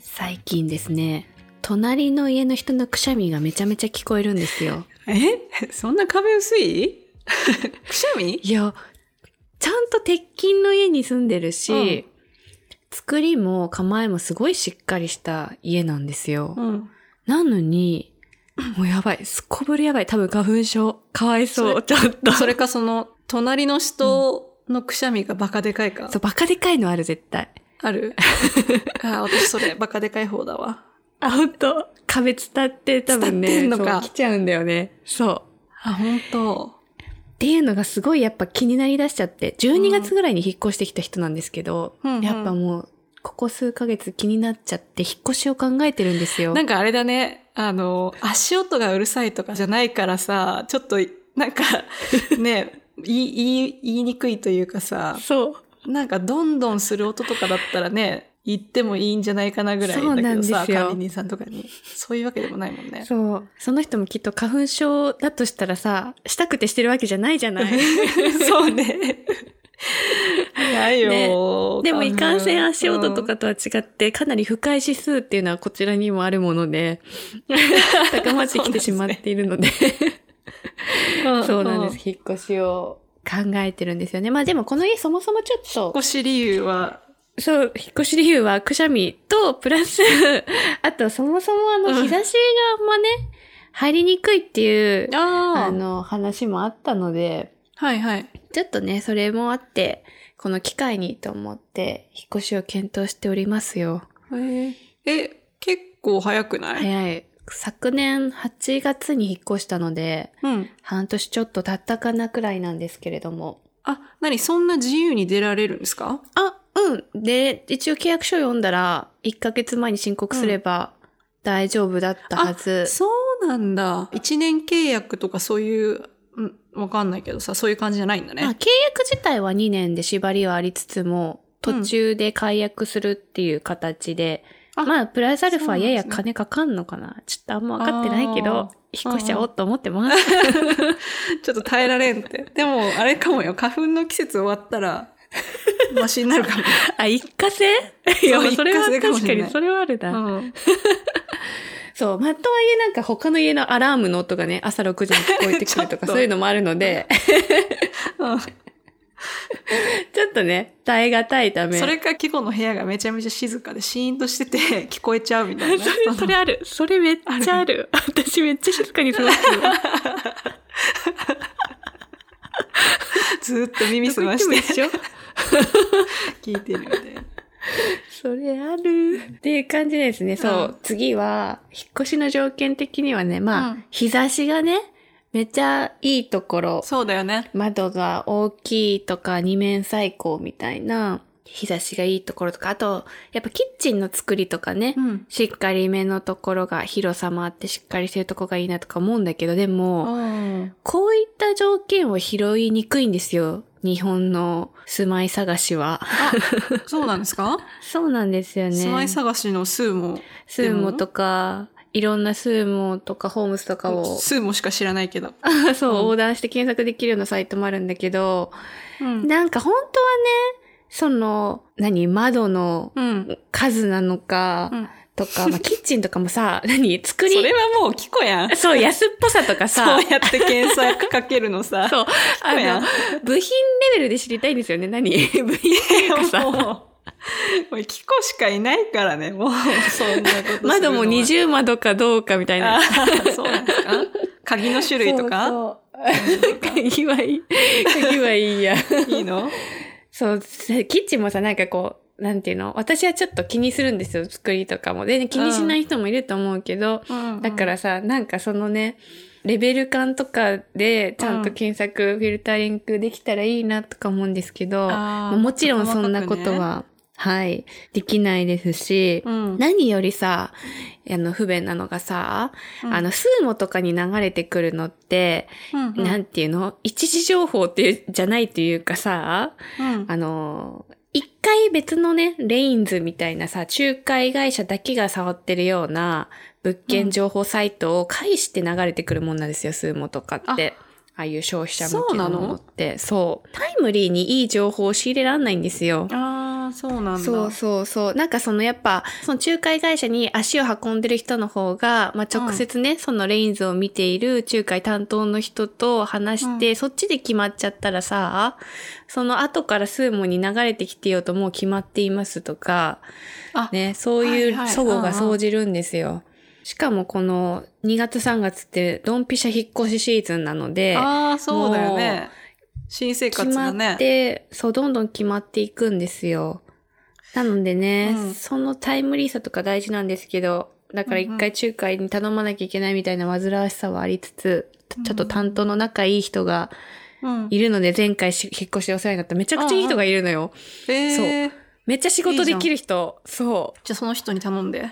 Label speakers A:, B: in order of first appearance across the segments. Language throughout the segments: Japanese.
A: 最近ですね、隣の家の人のくしゃみがめちゃめちゃ聞こえるんですよ。
B: え そんな壁薄いくしゃみ
A: いや、ちゃんと鉄筋の家に住んでるし、
B: うん
A: 作りも構えもすごいしっかりした家なんですよ。
B: ん。
A: なのに、もうやばい。すこぶるやばい。多分花粉症。かわいそ。
B: そうう
A: ちょっと。
B: それかその、隣の人のくしゃみがバカでかいか。
A: そう、バカでかいのある、絶対。
B: あるあ、私それ、バカでかい方だわ。
A: あ、ほんと。壁伝って多分
B: 伝って
A: ね、
B: んのか
A: そう来ちゃうんだよね。そう。
B: あ、本当。
A: っていうのがすごいやっぱ気になりだしちゃって、12月ぐらいに引っ越してきた人なんですけど、
B: うんうん
A: やっぱもう、ここ数ヶ月気になっちゃって、引っ越しを考えてるんですよ。
B: なんかあれだね、あの、足音がうるさいとかじゃないからさ、ちょっと、な んか、ね、言い、言い、言いにくいというかさ、
A: そう。
B: なんかどんどんする音とかだったらね、言ってもいいんじゃないかなぐら
A: そ
B: い
A: うな
B: だけ
A: ん
B: ど
A: ですよ
B: さ、管理人さんとかに。そういうわけでもないもんね。
A: そう。その人もきっと花粉症だとしたらさ、したくてしてるわけじゃないじゃない。
B: そうね。嫌よ、
A: でもいかんせん足音と
B: うん
A: かとは違って、かなり不快指数っていうのはこちらにもあるもの で、高まってきてしまっているので、 そうなんです。。引っ越しを考えてるんですよね。まあでもこの家そもそもちょっと
B: 引っ、越し理由は、
A: そう、引っ越し理由はくしゃみと、プラス、 あとそもそもあ
B: う
A: の
B: ん
A: 日差しがあんまね、入りにくいっていう、
B: あ
A: あの話もあったので、
B: はいはい。
A: ちょっとね、それもあって、この機会にと思って、引っ越しを検討しておりますよ。
B: えーえ、結構早くない、
A: 早い。昨年8月に引っ越したので、
B: うん。
A: 半年ちょっと経ったかなくらいなんですけれども。
B: あ、なに、そんな自由に出られるんですか
A: あ、うん。で、一応契約書読んだら、1ヶ月前に申告すれば大丈夫だったはず。
B: そうなんだ。一年契約とかそういう、うん、わかんないけどさ、そういう感じじゃないんだ
A: まあ、
B: ね。
A: 契約自体は2年で縛りはありつつも、途中で解約するっていう形で、
B: あ
A: まあ、プラスアルフ
B: そうな
A: ァ
B: んで
A: や
B: すね
A: や金かかんのかな、ちょっとあんま分かってないけど
B: あ、
A: 引っ越しちゃおうと思ってます。
B: ちょっと耐えられんって。でも、あれかもよ。花粉の季節終わったら、マシになるかも。
A: あ、一過性 いや、
B: そう
A: それは
B: 一過性かも
A: 確
B: し
A: か
B: れない
A: に、それはあるな。
B: うん
A: そう、まあ、とはいえなんか他の家のアラームの音がね、朝6時に聞こえてくると
B: ちょっ
A: か、
B: と
A: そういうのもあるので、 ちょっとね、耐え難いため。
B: それか、季語の部屋がめちゃめちゃ静かで、シーンとして て、聞こえちゃうみたいな。
A: それ、それある。それめっちゃある。 私めっちゃ静かに過ごしてる。
B: ずっと耳すまし
A: どこ行
B: て
A: っても一緒
B: 聞いてるみたいな。
A: それある。っていう感じですね。そう。
B: うん
A: 次は、引っ越しの条件的にはね、まあ、
B: うん
A: 日差しがね、めちゃいいところ、
B: そうだよね。
A: 窓が大きいとか、二面採光みたいな、日差しがいいところとか、あと、やっぱキッチンの作りとかね、
B: うん。
A: しっかり目のところが広さもあってしっかりしてるとこがいいなとか思うんだけど、でも、こういった条件を拾いにくいんですよ。日本の住まい探しは。
B: そうなんですか、
A: そうなんですよね。
B: 住まい探しの数も、
A: スーモとか、いろんなスーモとかホームスとかを、
B: 数もしか知らないけど。
A: そう、
B: うん
A: 横断して検索できるようなサイトもあるんだけど、
B: うん。
A: なんか本当はね、その、何、窓の
B: うん。
A: 数なのか、とか、まあ、キッチンとかもさ、 何、作り
B: そ、れはもう聞こやん。
A: そう、安っぽさとか
B: そ
A: さ
B: う、やって検索かけるの さ。
A: そう、あ
B: や
A: の
B: ん、
A: 部品レベルで知りたいんですよね、 何部品っていうか
B: もう、
A: さ、
B: もう聞こしかいないからね、もう、そんなことするのは
A: 窓も二。重窓かどうかみたいな
B: あ。ーそうなんですか鍵の種類とか
A: そう そう鍵はいい。鍵はいいや。
B: いいの、
A: そう、せキッチンもさ、なんかこう、なんていうの私はちょっと気にするんですよ、作りとかも。全然気にしない人もいると思うけど、だかららさ、なんかそのね、レベル感とかで、ちゃんと検索、フィルタリングできたらいいなとか思うんですけど、
B: あ
A: まあ
B: ー
A: もちろんそんなこと。
B: 細か
A: は、はい、できないですし
B: く、ねうん
A: 何よりさ、あの、不便なのがさ、
B: うん
A: あの、スーモとかに流れてくるのって、
B: うんうん
A: なんていうの一時情報っていう、じゃないというかさ、
B: うん
A: あの、一回別のね、レインズみたいなさ、仲介会社だけが触ってるような物件情報サイトを介して流れてくるもんなんですよ、スーモとかって。ああいう消費者向けのものって。そうタイムリーにいい情報を仕入れらんないんですよ。
B: あーあ、そうなんだ。
A: そうそうそう。なんかそのやっぱ、その仲介会社に足を運んでる人の方が、まあ、直接ね、そのレインズを見ている仲介担当の人と話して、そっちで決まっちゃったらさ、その後からスーモに流れてきてよともう決まっていますとか、
B: あ、
A: ね、そう
B: はいいうはい
A: 齟齬が
B: うんうん
A: 生じるんですよ。しかもこの2月3月ってドンピシャ引っ越しシーズンなので、
B: ああ、そうだよね。新生
A: 決
B: 活
A: ま
B: だ
A: っ
B: ね。
A: て、そう、どんどん決まっていくんですよ。なのでね、
B: うん
A: そのタイムリーさとか大事なんですけど、だから一
B: うんうん
A: 回仲介に頼まなきゃいけないみたいな煩わしさはありつつ、
B: うん
A: ちょっと担当の仲いい人が
B: うん。
A: いるので、前回し引っ越しでお世話になっためちゃくちゃいい人がいるのよ。
B: えー、
A: めっちゃ仕事できる人。そ
B: じゃあその人に頼んで。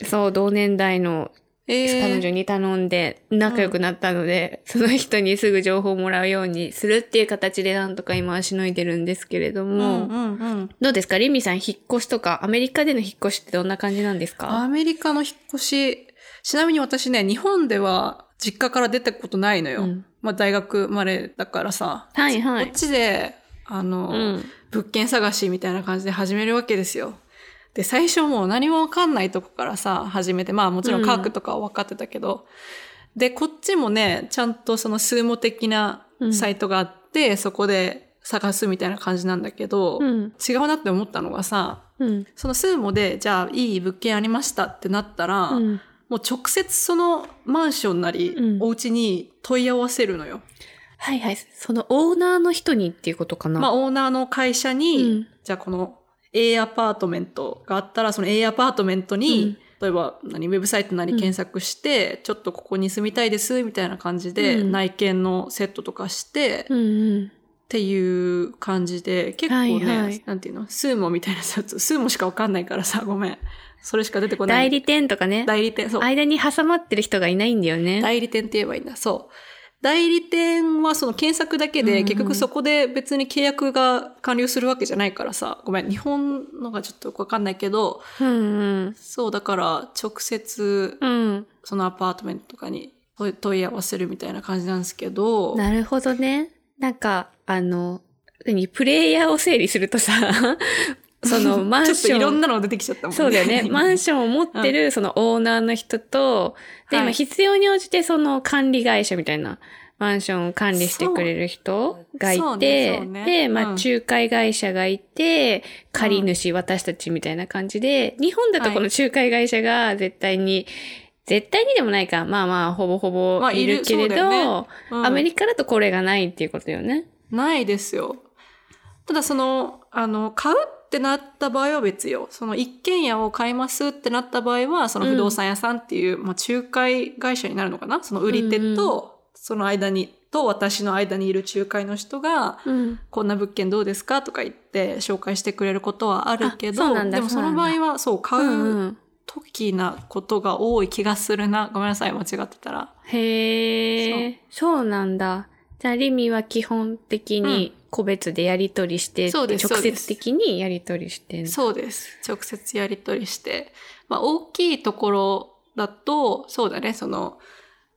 A: う。そう、同年代の
B: え
A: 彼女
B: に。
A: に頼んで仲良くなったので、その人にすぐ情報をもらうようにするっていう形でなんとか今はしのいでるんですけれど
B: う
A: も、
B: んうんうん。
A: どうですかリミさん、引っ越しとか、アメリカでの引っ越しってどんな感じなんですか
B: アメリカの引っ越し、ちなみに私ね、日本では実家から出たことないのよ。
A: うん
B: まあ大学生まれだからさ。
A: はいは
B: こ
A: い
B: っ。ちで、あの、
A: うん。
B: 物件探しみたいな感じで始めるわけですよ。で、最初もう何もわかんないとこからさ、始めて、まあもちろん科学とかは分かってたけど、で、こっちもね、ちゃんとその数モ的なサイトがあって、そこで探すみたいな感じなんだけど、
A: うん。
B: 違うなって思ったのがさ、
A: うん。
B: その数モで、じゃあいい物件ありましたってなったら、
A: うん。
B: もう直接そのマンションなり、
A: うん
B: お家に問い合わせるのよ。
A: はいはい。そのオーナーの人にっていうことかな。
B: まあ、オーナーの会社に、
A: うん
B: じゃあこの A アパートメントがあったら、その A アパートメントに、例えば何、ウェブサイトなり検索して、ちょっとここに住みたいです、みたいな感じで、
A: うん
B: 内見のセットとかして、
A: う
B: っ
A: んうん。
B: ていう感じで、結構ね、
A: はいはい
B: なんていうの、スーモみたいなやつ、スーモしかわかんないからさ、ごめん。それしか出てこない。
A: 代理店とかね。
B: 代理店、そう。
A: 間に挟まってる人がいないんだよね。
B: 代理店って言えばいいんだ。そう。代理店はその検索だけ
A: うんう
B: で、
A: ん
B: 結局そこで別に契約が完了するわけじゃないからさ、ごめん、日本のがちょっとよくわかんないけど、
A: うんうん。
B: そう、だから直接
A: うん。
B: そのアパートメントとかに問い問い合わせるみたいな感じなんですけど、
A: なるほどね。なんか、あの、何プレイヤーを整理する とさ、そのマンション。
B: ちょっといろんなのが出てきちゃったもんね。
A: そうだよね。 マン
B: シ
A: ションを持ってるそのオーナーの人と、で、
B: はい
A: 今必要に応じてその管理会社みたいな、マンションを管理してくれる人がい
B: そうね
A: て、
B: そうね
A: で、まあ、
B: うん
A: 仲介会社がいて、借り主、私たちみたいな感じで、日本だと
B: はい
A: この仲介会社が絶対に、絶対にでもないか、まあまあ、ほぼほ
B: ま
A: ぼ
B: あ
A: い
B: いる
A: るけれ
B: そうだ
A: ど、
B: ようん
A: アメリカだとこれがないっていうことよね。
B: ないですよ。ただその、あの、買うってなった場合は別よ。その一軒家を買いますってなった場合は、その不動産屋さんっていう、まあ仲介会社になるのかなその売り手と、その間に、と私の間にいる仲介の人が、
A: うん。
B: こんな物件どうですかとか言って紹介してくれることはあるけ
A: あそう
B: ど、
A: なんだ
B: でも
A: そ
B: そう
A: な
B: の
A: んだ
B: 場合は、そう、買
A: うん
B: う
A: うん。
B: 時なことが多い気がするな。ごめんなさい、間違ってたら。
A: へえ、そうなんだ。じゃあ、リミは基本的に個別でやり取りして、
B: そうです
A: 直
B: そうです
A: 接的にやり取りしてんの
B: そうです。直接やり取りして。まあ、大きいところだと、そうだね、その、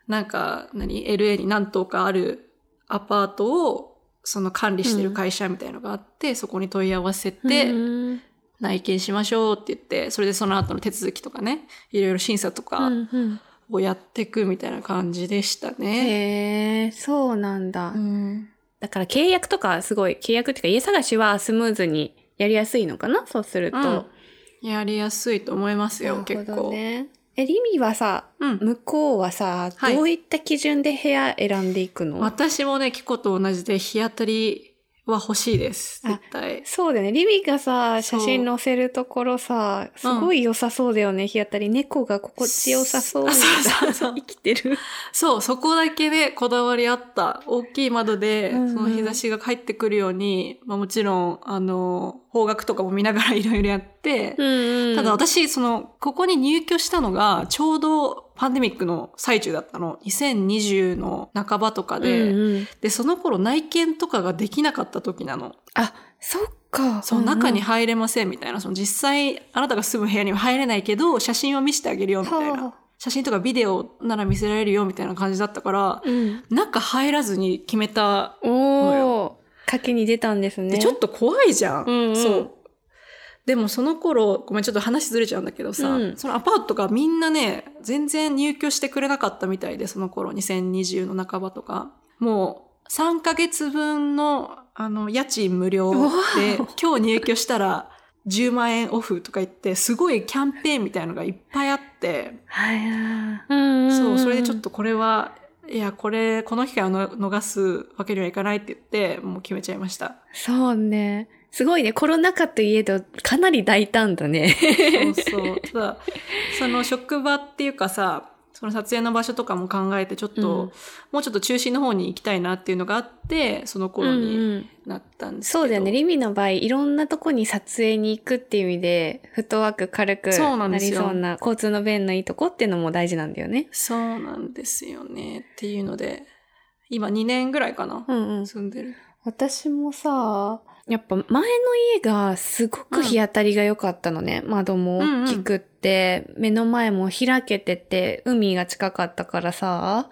B: なんか、何、LA に何棟かあるアパートを、その管理してる会社みたいのがあって、そこに問い合わせて、
A: うん
B: 内見しましょうって言って、それでその後の手続きとかね、いろいろ審査と
A: う
B: か
A: んうん
B: をやっていくみたいな感じでしたね。
A: へえ、そうなんだ。
B: うん
A: だから契約とかすごい、契約っていうか家探しはスムーズにやりやすいのかなそうすると。
B: うんやりやすいと思いますよ、結
A: なるほど
B: 構。
A: ね。え、リミはさ、
B: うん。
A: 向こうはさ、
B: はい
A: どういった基準で部屋選んでいくの、
B: 私もね、キコと同じで日当たりは欲しいです。
A: あ
B: 絶対。
A: そうだよね。リビがさ、写
B: そう
A: 真載せるところさ、すごい良さそうだよね、日当たり。猫が心地よさそうに
B: あそうそうそ う
A: 生きてる。
B: そう、そこだけでこだわりあった。大きい窓で、
A: うんうん
B: その日差しが入ってくるように、まあもちろん、あの、方角とかも見ながらい ろいろやって、
A: ん
B: ただ、私、その、ここに入居したのが、ちょうどパンデミックの最中だったの。2020の半ばとかで、
A: うんうん
B: で、その頃内見とかができなかった時なの。
A: あ、そっか。
B: そう、
A: んん
B: 中に入れませんみたいな、その実際、あなたが住む部屋には入れないけど、写真は見せてあげるよみたい
A: は
B: な
A: あ。
B: 写真とかビデオなら見せられるよみたいな感じだったから、
A: うん。
B: 中入らずに決めた。
A: おー、賭けに出たんです
B: で、
A: ね。
B: ちょっと怖いじゃん。
A: うんうん
B: そう。でもその頃、ごめん、ちょっと話ずれちゃうんだけどさ、
A: うん
B: そのアパートがみんなね、全然入居してくれなかったみたいで、その頃、2020の半ばとか。もう、3ヶ月分の、あの、家賃無料
A: うわ
B: で、今日入居したら、10万円オフとか言って、すごいキャンペーンみたいのがいっぱいあって、
A: はいやー。うん
B: そう、それでちょっ。とこれは、いや、これ、この機会をの逃すわけにはいかないって言って、もう決めちゃいました。
A: そうね。すごいね。コロナ禍といえど、かなり大胆だね。
B: そうそう。 ただ、その職場っていうかさ、その撮影の場所とかも考えて、ちょっと、
A: うん
B: もうちょっと中心の方に行きたいなっていうのがあって、その頃
A: うん
B: に
A: うん
B: なったんですけど。
A: そうだよね。リミの場合、いろんなとこに撮影に行くっていう意味で、フットワーク軽く
B: そうな
A: なん
B: で
A: り
B: すよ
A: そうな交通の便のいいとこっていうのも大事なんだよね。
B: そうなんですよね。っていうので、今2年ぐらいかな。
A: うんうん。
B: 住んでる。
A: 私もさ、やっぱ前の家がすごく日当たりが良かったのね。窓も大きくって、目の前も開けてて、海が近かったからさ。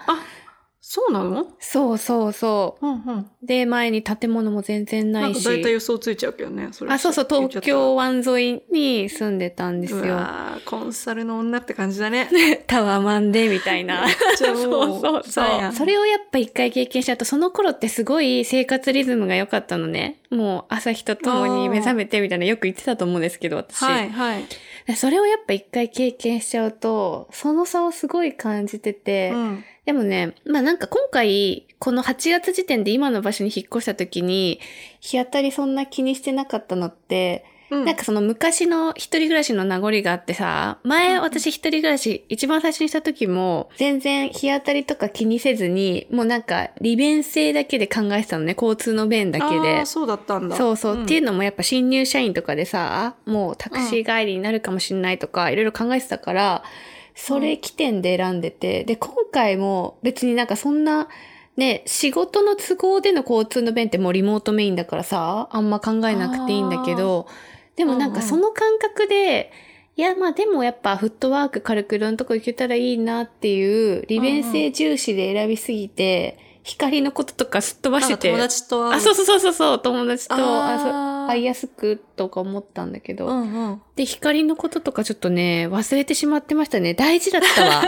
B: そうなの
A: そうそうそ
B: うんうん。
A: う。で、前に建物も全然な
B: なん
A: い
B: か
A: し。
B: 大体予想ついちゃうけどね。れ
A: あ、そうそう、
B: 言っち
A: 東
B: ゃった
A: 京湾沿いに住んでたんです
B: う
A: よ。
B: わーコンサルの女って感じだね。
A: タワマンで、みたいな。
B: じゃあ も
A: そうそう
B: さあや
A: そう。それをやっぱ一回経験しちゃうと、その頃ってすごい生活リズムが良かったのね。もう朝日と共に目覚めてみたいなよく言ってたと思うんですけど、私。
B: はいはい。
A: でそれをやっぱ一回経験しちゃうと、その差をすごい感じてて、
B: うん
A: でもね、まあなんか今回、この8月時点で今の場所に引っ越した時に、日当たりそんな気にしてなかったのって、
B: うん
A: なんかその昔の一人暮らしの名残があってさ、
B: うん
A: 前
B: うん
A: 私一人暮らし一番最初にした時も、全然日当たりとか気にせずに、もうなんか利便性だけで考えてたのね、交通の便だけ
B: あ
A: で
B: ー。そうだったんだ。
A: そうそう、
B: ん
A: っていうのもやっぱ新入社員とかでさ、もうタクシー帰りになるかもしんないとか、いろいろ考えてたから、それ起点で選んでて、で、今回も別になんかそんな、ね、仕事の都合での交通の便ってもうリモートメインだからさ、あんま考えなくていいんだけど、でもなん
B: うんう
A: か
B: ん
A: その感覚で、いや、まあでもやっぱフットワーク軽くいろんなとこ行けたらいいなっていう、利便性重視で選びすぎて、光のこととかすっ飛ばしてて。
B: なんか友達と会
A: あ、そううそうそうそうそう、友達と、あそう
B: あー
A: 会いやすくとか思ったんだけど、
B: うんうん。
A: で、光のこととかちょっとね、忘れてしまってましたね。大事だった わ。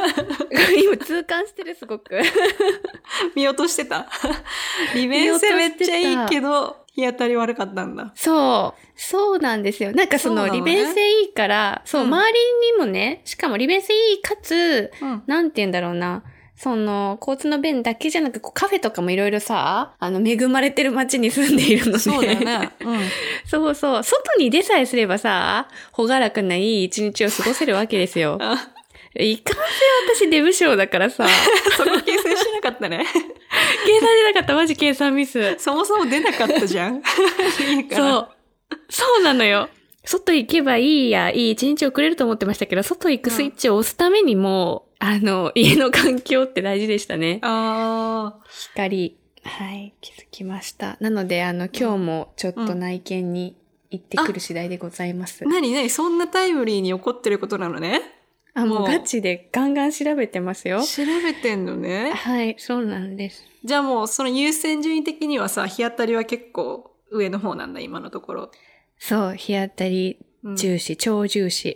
A: 今痛感してる、すごく。
B: 見落とし てた。利便性めっちゃいいけど、日当たり悪かったんだ。
A: そう。そうなんですよ。なんかその、
B: そうな
A: 利
B: のね
A: 便性いいから、そう、
B: うん
A: 周りにもね、しかも利便性いいかつ、
B: うん。
A: なんて言うんだろうな。その、交通の便だけじゃなく、こうカフェとかもいろいろさ、あの、恵まれてる街に住んでいるので。
B: そうだよ ね。うん。。
A: そうそう。外に出さえすればさ、ほがらかないい一日を過ごせるわけです よ
B: あ
A: いかんせん私デブ症だからさ、
B: そこ計算してなかったね。
A: 計算でなかった、マジ計算ミス。
B: そもそも出なかったじ ゃん。いいから。。
A: そうう。そうなのよ。外行けばいいや、いい一日遅れると思ってましたけど、外行くスイッチを押すためにも、あの、家の環境って大事でしたね。
B: ああ。
A: 光。はい、気づきました。なので、あの、今日もちょっと内見に行ってくる次第でございます。
B: なになにそんなタイムリーに起こってることなのね。
A: あ、も
B: も
A: う
B: う
A: ガチでガンガン調べてますよ。
B: 調べてんのね。
A: はい、そうなんです。
B: じゃあもう、その優先順位的にはさ、日当たりは結構上の方なんだ、今のところ。
A: そう、日当たり
B: うん。
A: 重視、超重視。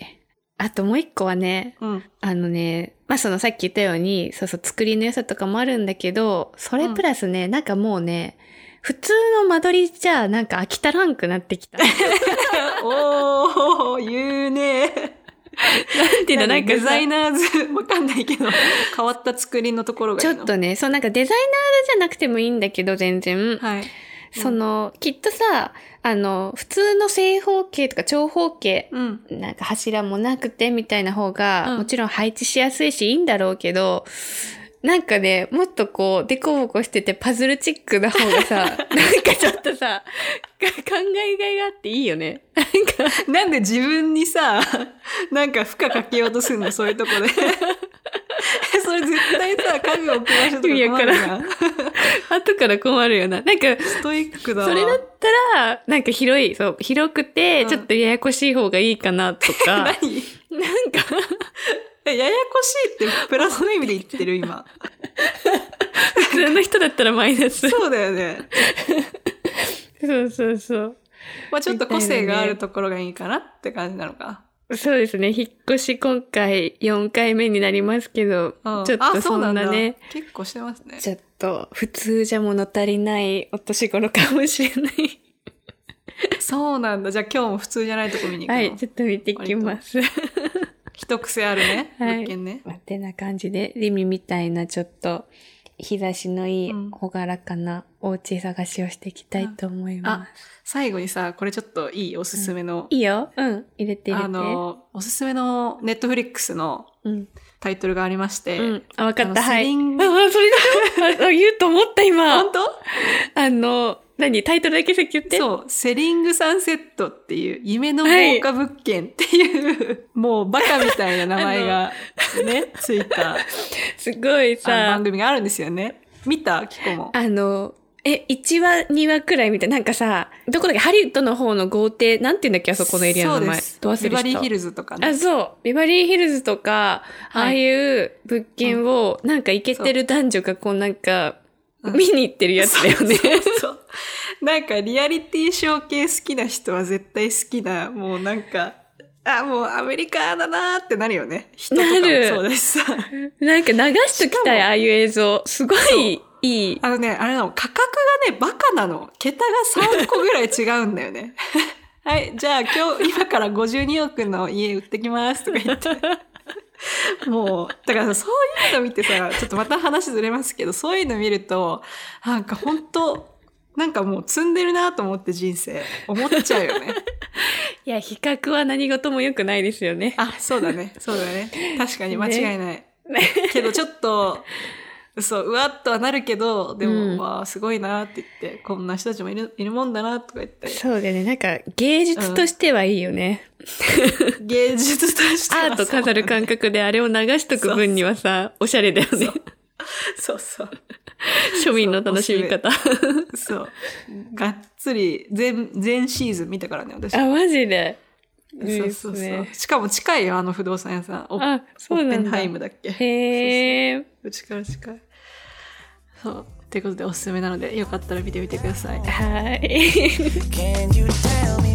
A: あともう一個はね、
B: うん。
A: あのね、まあ、そのさっき言ったように、そうそう、作りの良さとかもあるんだけど、それプラスね、なんかもうね、普通の間取りじゃ、なんか飽き足らんくなってき た。なん
B: おー、言うね
A: ていうの、なんか
B: デ
A: さ
B: ザイナーズ、わかんないけど、変わった作りのところが
A: ち
B: い
A: ょ
B: いの
A: っとね、そうなんかデザイナーじゃなくてもいいんだけど、全然。
B: はい。
A: その、きっとさ、あの、普通の正方形とか長方形
B: うん。
A: なんか柱もなくてみたいな方が、
B: うん
A: もちろん配置しやすいしいいんだろうけど、なんかね、もっとこう、デコボコしててパズルチックな方がさ、 なんかちょっとさ、か考えがいがあっていいよね。なんか、
B: なんで自分にさ、なんか負荷かけようとするの、そういうとこで。 それ絶対さ、家具置き場所とか困
A: 意味わ
B: る
A: か
B: な。
A: 後から困るよな。なんか、
B: ストイックだわ。
A: それだったら、なんか広い、そう、広くて、
B: うん
A: ちょっとややこしい方がいいか なとか、
B: 何
A: なんか、
B: えややこしいってプラスの意味で言ってる、今。
A: 普通の人だったらマイナス。
B: そうだよね。
A: そうそうそう。
B: まあちょっと個性があるところがいいかなって感じなのか。
A: そうですね。引っ越し今回4回目になりますけど、
B: うん
A: ちょっと
B: あ
A: そんなね、
B: だ結構してますね。
A: ちょっと普通じゃ物足りないお年頃かもしれない。
B: そうなんだ。じゃあ今日も普通じゃないとこ見に行く
A: は
B: の。
A: い、ちょっと見てきます。
B: 一癖あるね。
A: はい
B: 物件ね。
A: まあ、てな感じで、リミみたいなちょっと日差しのいい
B: うん
A: 朗らかなお家探しをしていきたいと思います。
B: 最後にさ、これちょっといいおすすめの、
A: いいよ。うん。入れて入れて。
B: あの、おすすめのネットフリックスの
A: うん。
B: タイトルがありまして、
A: うん。あ、わかっ
B: あの
A: た。は
B: ス
A: い。
B: リ
A: あ、
B: ン
A: あそれだ。あ、言うと思った今。
B: 本当
A: あの、何タイトルだけ先言って。う。
B: そう、セリングサンセットっていう、夢の豪華物件っていう、 もうバカみたいな名 前がね、ついたあ
A: すごい
B: の
A: さ
B: 番。組があるんですよね。見たキコも。
A: あの、え、1話、2話くらいみたいな。なんかさ、どこだっけハリウッドの方の豪邸、なんて言うんだっけあそこのエリアの名前。
B: そ
A: ど
B: う
A: う
B: で
A: 忘
B: す
A: れ
B: ビ
A: した
B: バリーヒルズとかね
A: あ、。そう。ビバリーヒルズとか、あ
B: はい
A: あいう物件を、なんかイケてる男女がこうなんか、見に行ってるやつだよね。
B: そうなんかリアリティショー系好きな人は絶対好きな、もうなんか、あ、もうアメリカだなーってなるよね。人とかも
A: なる
B: そうだしさ。
A: なんか流しときた
B: し
A: い、
B: かも
A: ああいう映像。すごいいい。
B: あのね、あれなの、価格がね、バカなの。桁が3個ぐらい違うんだよね。 はい、じゃあ今日、今から52億の家売ってきますとか言って。 もう、だからさそういうの見てさ、ちょっとまた話ずれますけど、そういうの見ると、なんか本当なんかもう積んでるなと思って人生、思っちゃうよね。
A: いや、比較は何事も良くないですよね。
B: あ、そうだね。そうだね。確かに間違いない。けどちょっと、そう、うわっとはなるけど、でも、
A: うん
B: わあ、すごいなって言って、こんな人たちもいるいるもんだなとか言って、
A: そうだよね。なんか芸術としてはいいよね。
B: 芸術として
A: ア
B: は
A: ート飾る感覚であれを流しとく分にはさ、おしゃれだよね。
B: そうそう。
A: 庶民の楽しみ方。
B: そう。がっつり、全、全シーズン見たからね、私。
A: あ、マジで。いい
B: そう
A: で
B: そ
A: す
B: うそう
A: ね。。
B: しかも近いよ、あの不動産屋さん。オッ
A: あ、そう
B: オッ
A: な
B: ペ
A: ん
B: ン
A: だ。
B: ハイムだっけ。
A: へえ。
B: うちから近い。そう。ということで、おすすめなので、よかったら見てみてください。
A: はい。
C: Can you tell me